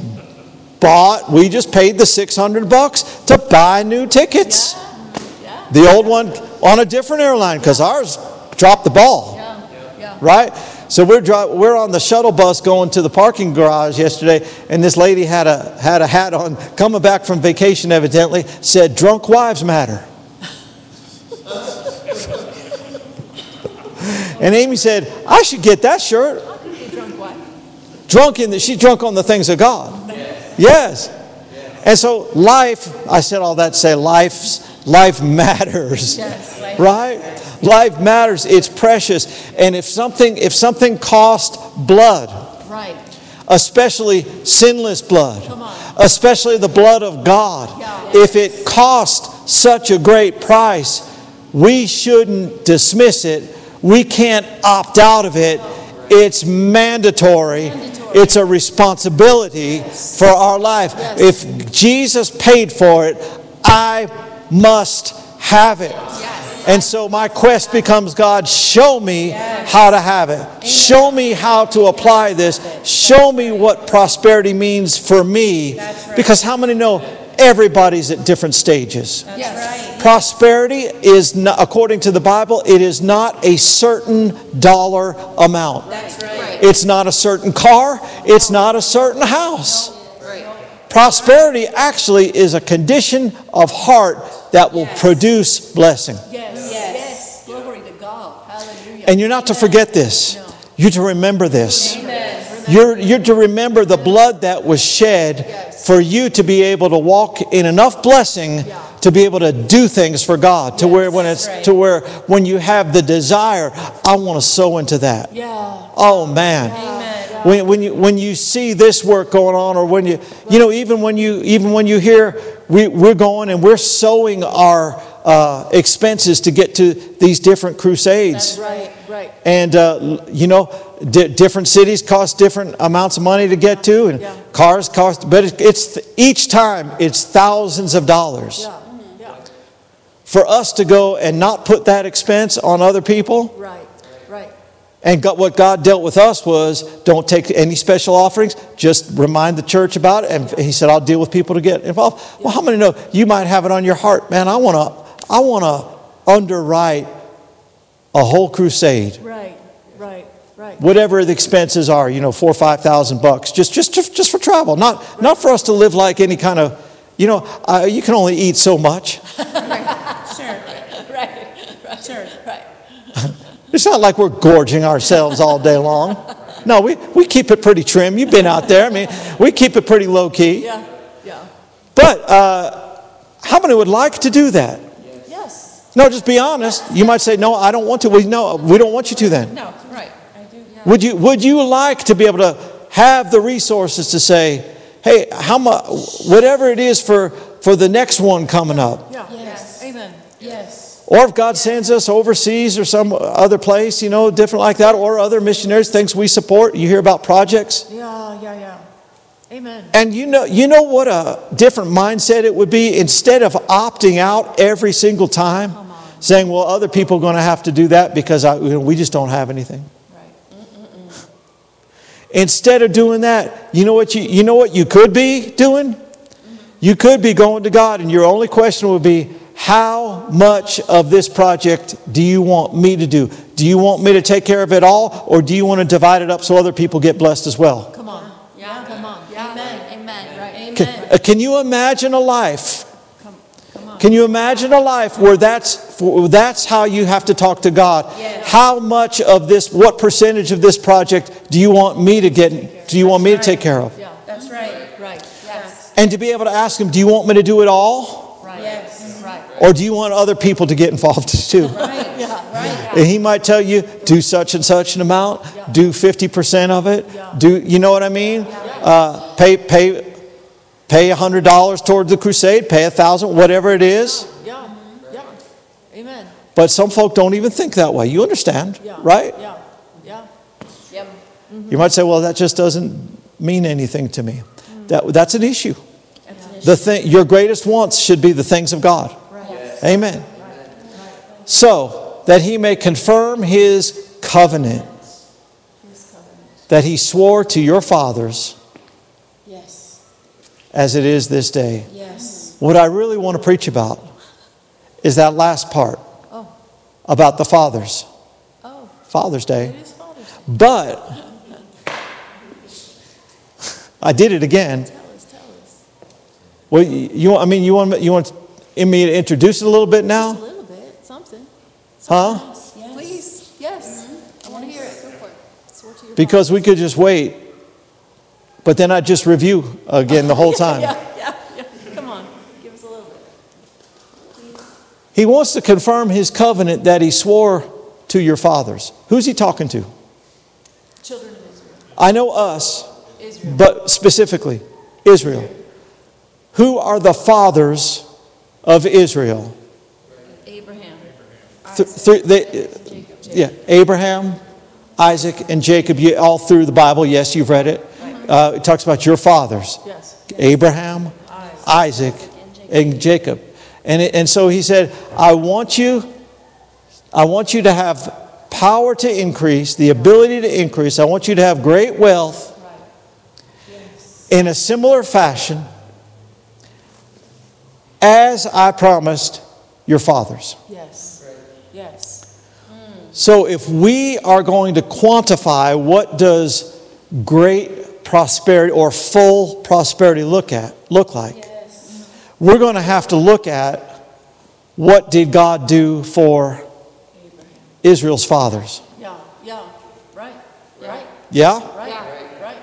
A: bought, we just paid the 600 bucks to buy new tickets. The old one on a different airline because ours dropped the ball right? So we're dri- we're on the shuttle bus going to the parking garage yesterday, and this lady had a had a hat on, coming back from vacation evidently, said drunk wives matter. and Amy said, I should get that shirt. Drunk in the she's drunk on the things of God. Yes. And so life, I said all that to say life's life matters. Right? Life matters. It's precious. And if something if something costs blood,
B: Right.
A: especially sinless blood, especially the blood of God, if it costs such a great price, we shouldn't dismiss it. We can't opt out of it. It's mandatory. It's a responsibility for our life. If Jesus paid for it, I must have it. And so my quest becomes God, show me how to have it. Show me how to apply this. Show me what prosperity means for me. Because how many know everybody's at different stages?
B: Yes.
A: Prosperity is, not, according to the Bible, it is not a certain dollar amount.
C: Right.
A: It's not a certain car. It's not a certain house.
C: Right.
A: Prosperity actually is a condition of heart that will produce blessing.
B: Yes. Yes. Glory to God. Hallelujah.
A: And you're not to forget this. You're to remember this. You're, you're to remember the blood that was shed for you to be able to walk in enough blessing to be able to do things for God. To where when it's to where when you have the desire, I want to sow into that.
B: Yeah.
A: Oh man. When, when you when you see this work going on, or when you you know even when you even when you hear we we're going and we're sowing our uh, expenses to get to these different crusades.
B: Right. Right.
A: And, uh, you know, di- different cities cost different amounts of money to get to, and
B: Yeah.
A: cars cost, but it- it's each time it's thousands of dollars.
B: Yeah. Yeah.
A: For us to go and not put that expense on other people,
B: Right. Right.
A: and got, what God dealt with us was don't take any special offerings, just remind the church about it. And He said, I'll deal with people to get involved. Well, how many know you might have it on your heart, man? I want to I wanna underwrite a whole crusade.
B: Right. Right. Right.
A: whatever the expenses are, you know, four or five thousand bucks, just just just just for travel, not not for us to live like any kind of, you know, uh, you can only eat so much.
B: Sure. Right. Right. Sure. Right.
A: It's not like we're gorging ourselves all day long. No, we, we keep it pretty trim. You've been out there. I mean, we keep it pretty low key.
B: Yeah. Yeah.
A: But uh, how many would like to do that?
B: Yes.
A: No, just be honest. You might say, no, I don't want to. We no, we don't want you to then.
B: No. Right. I do.
A: Would you, would you like to be able to have the resources to say, hey, how much, whatever it is for, for the next one coming up?
B: Yeah.
C: Yes.
B: Amen.
C: Yes.
A: Or if God sends us overseas or some other place, you know, different like that, or other missionaries, things we support. You hear about projects.
B: Yeah. Yeah. Yeah. Amen.
A: And you know, you know what a different mindset it would be instead of opting out every single time, saying, well, other people are going to have to do that because I, you know, we just don't have anything.
B: Right. Mm-hmm.
A: Instead of doing that, you know what you, you know what you could be doing? You could be going to God, and your only question would be, How much of this project do you want me to do? Do you want me to take care of it all, or do you want to divide it up so other people get blessed as well?
B: Come on.
C: Yeah.
B: Come on.
C: Yeah.
B: Amen.
C: Amen. Right.
A: Can,
C: Amen.
A: uh, can you imagine a life?
B: Come, come on.
A: Can you imagine a life where that's for, that's how you have to talk to God? How much of this, what percentage of this project do you want me to get? Do you want me to take care of?
B: Yeah.
C: That's right.
B: Right.
C: Yes.
A: And to be able to ask Him, do you want me to do it all,
B: Right.
C: Yes.
B: Right.
A: or do you want other people to get involved too?
C: Right. Yeah. Right.
A: And he might tell you, do such and such an amount, do 50% of it, do, you know what I mean? Uh, pay, pay, pay $100 toward the crusade, pay a thousand, whatever it is.
B: Yeah. Yeah. Amen.
A: But some folk don't even think that way. You understand,
B: Yeah. Mm-hmm.
A: right?
B: Yeah. Yeah.
C: Yep.
A: You might say, well, that just doesn't mean anything to me.
B: Mm.
A: That, that's an issue. The thing, your greatest wants should be the things of God. Amen. So that he may confirm his covenant that he swore to your fathers
C: Yes.
A: as it is this day.
C: Yes.
A: What I really want to preach about is that last part
B: Oh.
A: about the fathers,
B: Oh.
A: Father's Day.
B: It is Father's Day.
A: But I did it again.
B: Tell us. Tell us.
A: Well, you- you, I mean, you want, me- you want me to introduce it a little bit now?
B: Just a little bit. Something.
A: Huh?
B: Please. Yes. I want to hear it. Go for it. Swear to your
A: Because we could just wait, but then I'd just review again the whole time.
B: Yeah. Yeah. Yeah. Come on. Give us a little bit.
A: He wants to confirm his covenant that he swore to your fathers. Who's he talking to?
B: Children of Israel.
A: I know us,
B: Israel.
A: but specifically Israel. Who are the fathers of Israel?
C: Abraham.
A: Th- th- they- yeah, Abraham, Isaac, and Jacob, you, all through the Bible. Yes, you've read it. Uh, it talks about your fathers.
B: Yes.
A: Abraham, Isaac, and Jacob. And, it- and so he said, I want you, I want you to have power to increase, the ability to increase. I want you to have great wealth in a similar fashion as I promised your fathers.
B: Yes. Yes.
A: So if we are going to quantify what does great prosperity or full prosperity look at look like, we're going to have to look at what did God do for Israel's fathers.
B: Yeah. Yeah. Right. Right.
A: Yeah?
B: Right. Right.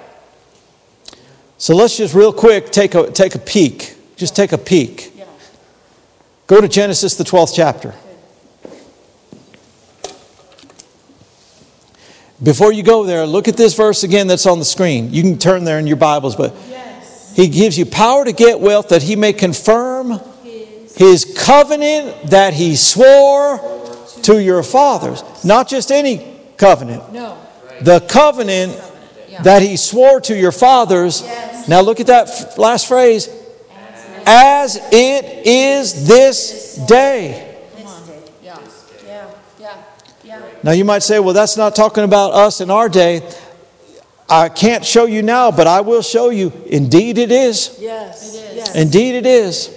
A: So let's just real quick take a take a peek. Just take a peek.
B: Yeah.
A: Go to Genesis the 12th chapter. Before you go there, look at this verse again that's on the screen. You can turn there in your Bibles, but he gives you power to get wealth that he may confirm his covenant that he swore to your fathers. Not just any covenant,
B: No.
A: the covenant that he swore to your fathers. Now look at that f- last phrase. As it is this day.
B: Yeah.
C: Yeah.
B: Yeah.
C: Yeah.
A: Now you might say, well, that's not talking about us in our day. I can't show you now, but I will show you. Indeed, it is.
B: Yes. It is. Yes.
A: Indeed, it is.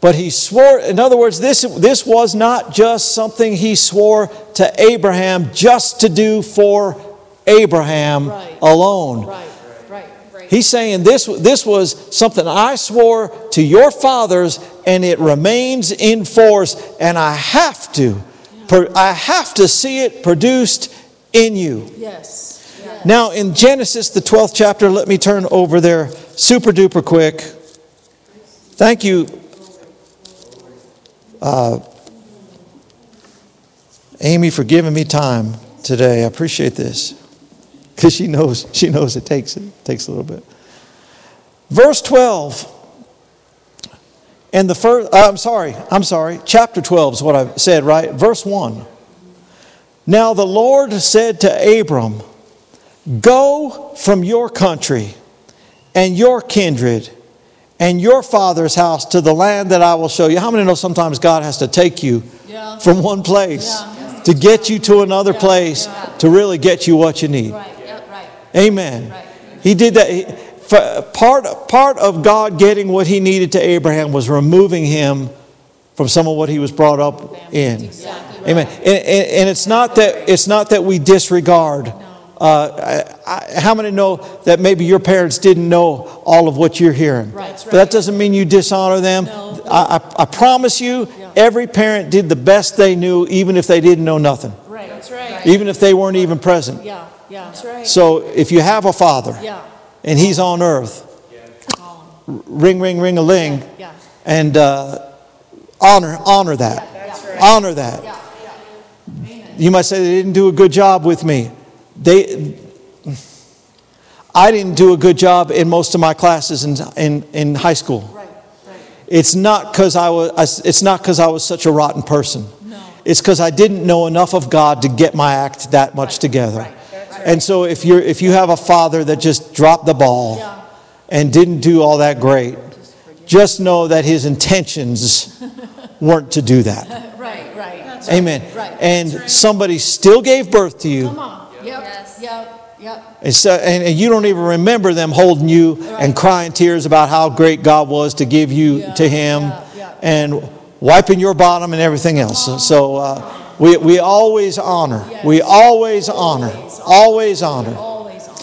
A: But he swore, in other words, this, this was not just something he swore to Abraham just to do for Abraham
B: Right.
A: alone.
B: Right. Right. Right.
A: He's saying this, this was something I swore to your fathers, and it remains in force, and I have to, pro- I have to see it produced in you.
B: Yes. Yeah.
A: Now, in Genesis, the 12th chapter, let me turn over there super duper quick. Thank you. uh, Amy for giving me time today. I appreciate this. Because she knows, she knows it takes, it takes a little bit. Verse 12. And the first, I'm sorry, I'm sorry. Chapter 12 is what I said, right? Verse 1. Now the Lord said to Abram, Go from your country and your kindred and your father's house to the land that I will show you. How many know sometimes God has to take you
B: Yeah.
A: from one place
B: Yeah.
A: to get you to another place to really get you what you need?
C: Right. Yeah. Right.
A: Amen.
C: Right.
A: He did that. He- f- part, part of God getting what he needed to Abraham was removing him from some of what he was brought up in.
C: Exactly
A: Amen. And, and, and it's not that it's not that we disregard. Uh, I, I, how many know that maybe your parents didn't know all of what you're hearing?
C: Right. That's
A: But that doesn't mean you dishonor them. I, I, I promise you, every parent did the best they knew, even if they didn't know nothing,
C: Right. That's right.
A: even if they weren't even present.
C: Yeah, yeah. That's right.
A: So if you have a father
C: Yeah,
A: and he's on earth, ring, ring, ring a ling,
C: yeah.
A: and uh, honor, honor that. Honor that. You might say they didn't do a good job with me. They, I didn't do a good job in most of my classes in, in, in high school.
C: Right, right.
A: It's not because I was, it's not because I was such a rotten person.
B: No.
A: It's because I didn't know enough of God to get my act that much together. And so if you're, if you have a father that just dropped the ball
C: Yeah.
A: and didn't do all that great, just know that his intentions weren't to do that.
C: Right, right.
A: Amen.
C: Right.
A: And somebody still gave birth to
C: Come
A: you,
C: on. Yep, yep, yep.
A: and, so, and, and you don't even remember them holding you and crying tears about how great God was to give you to Him,
C: yeah, yeah.
A: and wiping your bottom and everything else. So uh, we, we always honor. We always honor. Always honor.
C: Always on.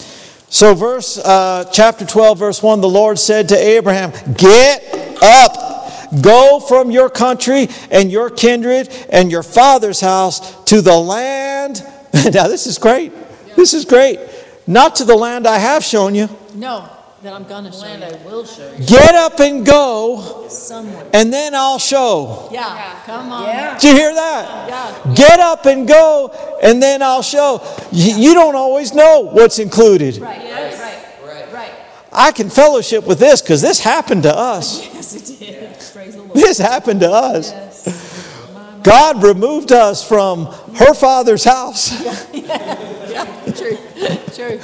A: So, verse uh, chapter 12, verse 1 the Lord said to Abraham, Get up, go from your country and your kindred and your father's house to the land. now, this is great. This is great. Not to the land I have shown you.
B: No, that I'm gonna show you. I will show you.
A: Get up and go,
B: Somewhere.
A: and then I'll show.
B: Yeah, come on.
A: Did you hear that?
B: Yeah.
A: Get up and go, and then I'll show. You, you don't always know what's included.
B: Right, right, right, right.
A: I can fellowship with this because this happened to us.
B: Yes, it did. Praise the Lord.
A: This happened to us. God removed us from her father's house.
B: Yeah, true, true.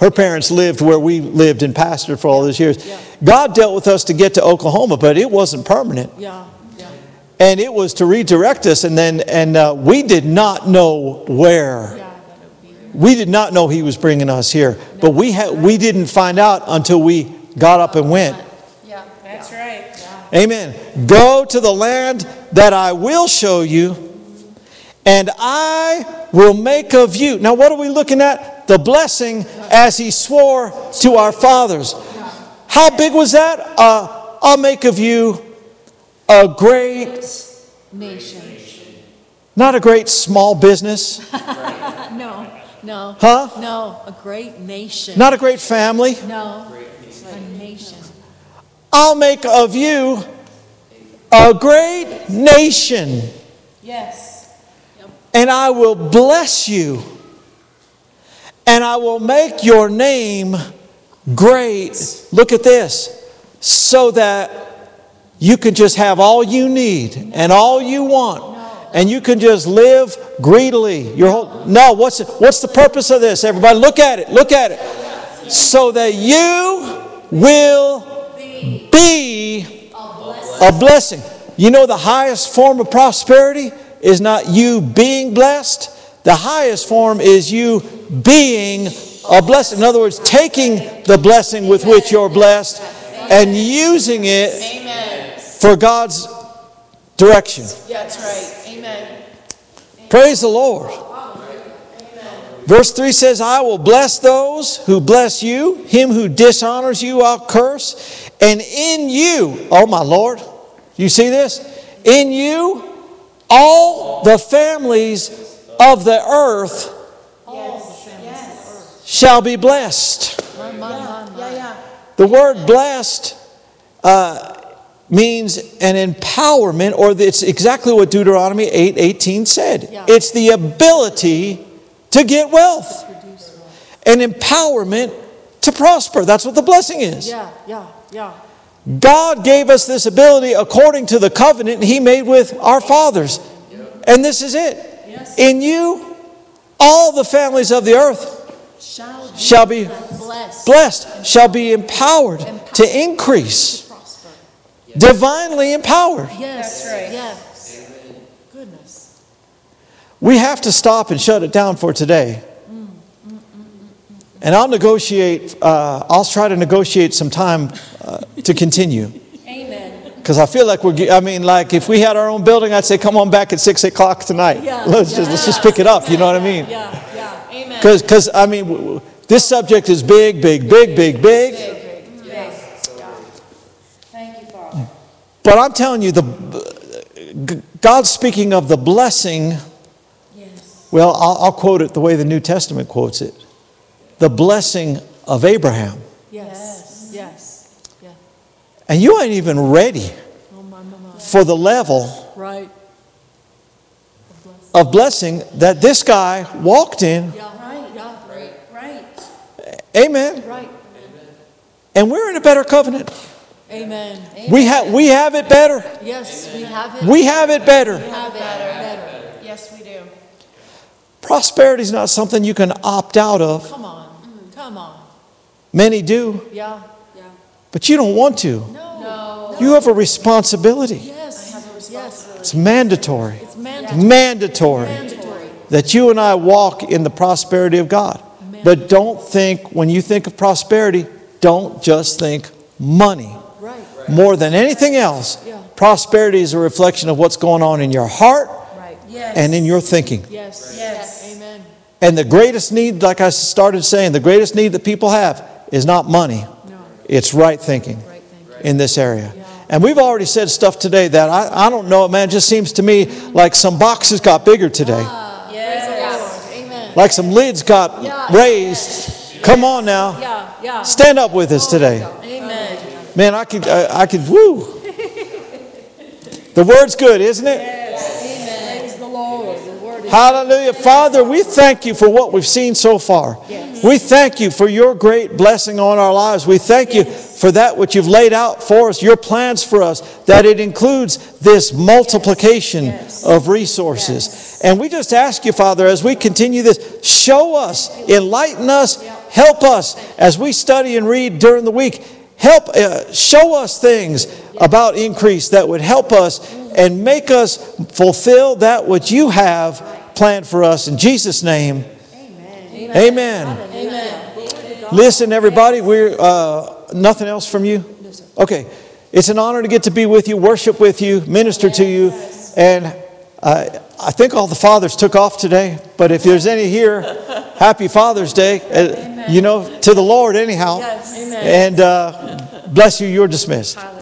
A: Her parents lived where we lived and pastored for all those years. God dealt with us to get to Oklahoma, but it wasn't permanent.
B: Yeah, yeah.
A: And it was to redirect us, and then and uh, we did not know where.
B: Yeah, that would be.
A: We did not know He was bringing us here, but we had we didn't find out until we got up and went.
B: Yeah.
C: That's right.
A: Amen. Go to the land that I will show you, and I will make of you. Now, what are we looking at? The blessing as he swore to our fathers. How big was that? Uh, I'll make of you a great,
B: Nation.
A: not a great small business,
B: Uh, No, no.
A: Huh?
B: No, a great nation.
A: not a great family.
B: No, a nation.
A: I'll make of you a great nation.
C: Yes.
A: and I will bless you, and I will make your name great. Look at this, so that you can just have all you need and all you want, and you can just live greedily. Your whole no. What's what's the purpose of this? Everybody, look at it. Look at it. So that you will be a blessing. You know, the highest form of prosperity is not you being blessed, the highest form is you being a blessing. In other words, taking the blessing with which you're blessed and using it
C: Amen.
A: for God's direction.
C: That's right. Amen.
A: Praise the Lord. Verse 3 says, I will bless those who bless you, him who dishonors you, I'll curse, and in you, oh my Lord, you see this? In you, all the families of the earth shall be blessed.
B: My, my, my, my.
C: Yeah, yeah.
A: The word blessed uh, means an empowerment, or it's exactly what Deuteronomy 8 18 said.
B: Yeah.
A: It's the ability to get wealth, an empowerment to prosper. That's what the blessing is.
B: Yeah, yeah, yeah.
A: God gave us this ability according to the covenant He made with our fathers. And this is it. In you, all the families of the earth
B: Shall be
A: shall be
B: blessed.
A: blessed, shall be empowered to increase,
B: Prosper.
A: divinely empowered.
B: Yes,
C: That's right.
B: yes. Goodness.
A: We have to stop and shut it down for today. And I'll negotiate, uh, I'll try to negotiate some time uh, to continue.
C: Amen.
A: Because I feel like we're, ge- I mean, like if we had our own building, I'd say, come on back at six o'clock tonight.
C: Yeah.
A: Let's just, let's just pick it up, you know what I mean?
C: Yeah, yeah. Amen.
A: Because, I mean, w- w- this subject is big, big, big, big, big.
C: Yes. Thank you, Father.
A: But I'm telling you, the, g- God's speaking of the blessing.
C: Yes.
A: Well, I'll, I'll quote it the way the New Testament quotes it the blessing of Abraham.
B: Yes. Yes. Yeah.
A: And you ain't even ready
B: Oh, my, my, my.
A: for the level
B: Right.
A: of blessing that this guy walked in.
B: Yeah.
C: Right,
B: Yeah.
C: right, right.
A: Amen.
B: Right.
A: And we're in a better covenant.
B: Amen.
A: We, ha- we have it better.
B: Yes, we have it.
A: We have it better.
C: Have better.
B: better.
C: Yes, we do.
A: Prosperity's not something you can opt out of.
B: Come
C: Mm-hmm.
B: on. Come on.
A: Many do,
B: Yeah. Yeah.
A: but you don't want to.
B: No.
C: No.
A: You have a responsibility.
B: Yes. yes.
A: It's mandatory.
B: It's mandatory.
A: Mandatory
B: Mandatory.
A: that you and I walk in the prosperity of God. But don't think, when you think of prosperity, don't just think money.
B: Right.
A: More than anything else,
B: Yeah.
A: prosperity is a reflection of what's going on in your heart
B: Right.
C: Yes.
A: and in your thinking.
B: Yes.
C: Yes.
B: Amen.
A: And the greatest need, like I started saying, the greatest need that people have is not money,
B: No.
A: it's right thinking
B: Right. Thank you.
A: in this area. And we've already said stuff today that I, I don't know, man, it just seems to me like some boxes got bigger today,
C: Yes.
B: Amen.
A: like some lids
B: Yeah.
A: got raised. Come on now,
B: Yeah. Yeah.
A: stand up with us today.
C: Amen.
A: Man, I could, I, I could, woo. The word's good, isn't it?
C: Praise the
B: Oh.
C: Lord. The word is
A: Hallelujah. Father, we thank you for what we've seen so far. We thank you for your great blessing on our lives. We thank you for that which you've laid out for us, your plans for us, that it includes this multiplication of resources. And we just ask you, Father, as we continue this, show us, enlighten us, help us as we study and read during the week. help uh, show us things about increase that would help us and make us fulfill that which you have planned for us in jesus name amen amen, listen everybody we're uh, nothing else from you okay it's an honor to get to be with you worship with you minister to you and uh, i think all the fathers took off today but if there's any here happy father's day uh, you know to the lord anyhow
B: Yes. Amen.
A: and uh, bless you. You're dismissed.
C: Hallelujah.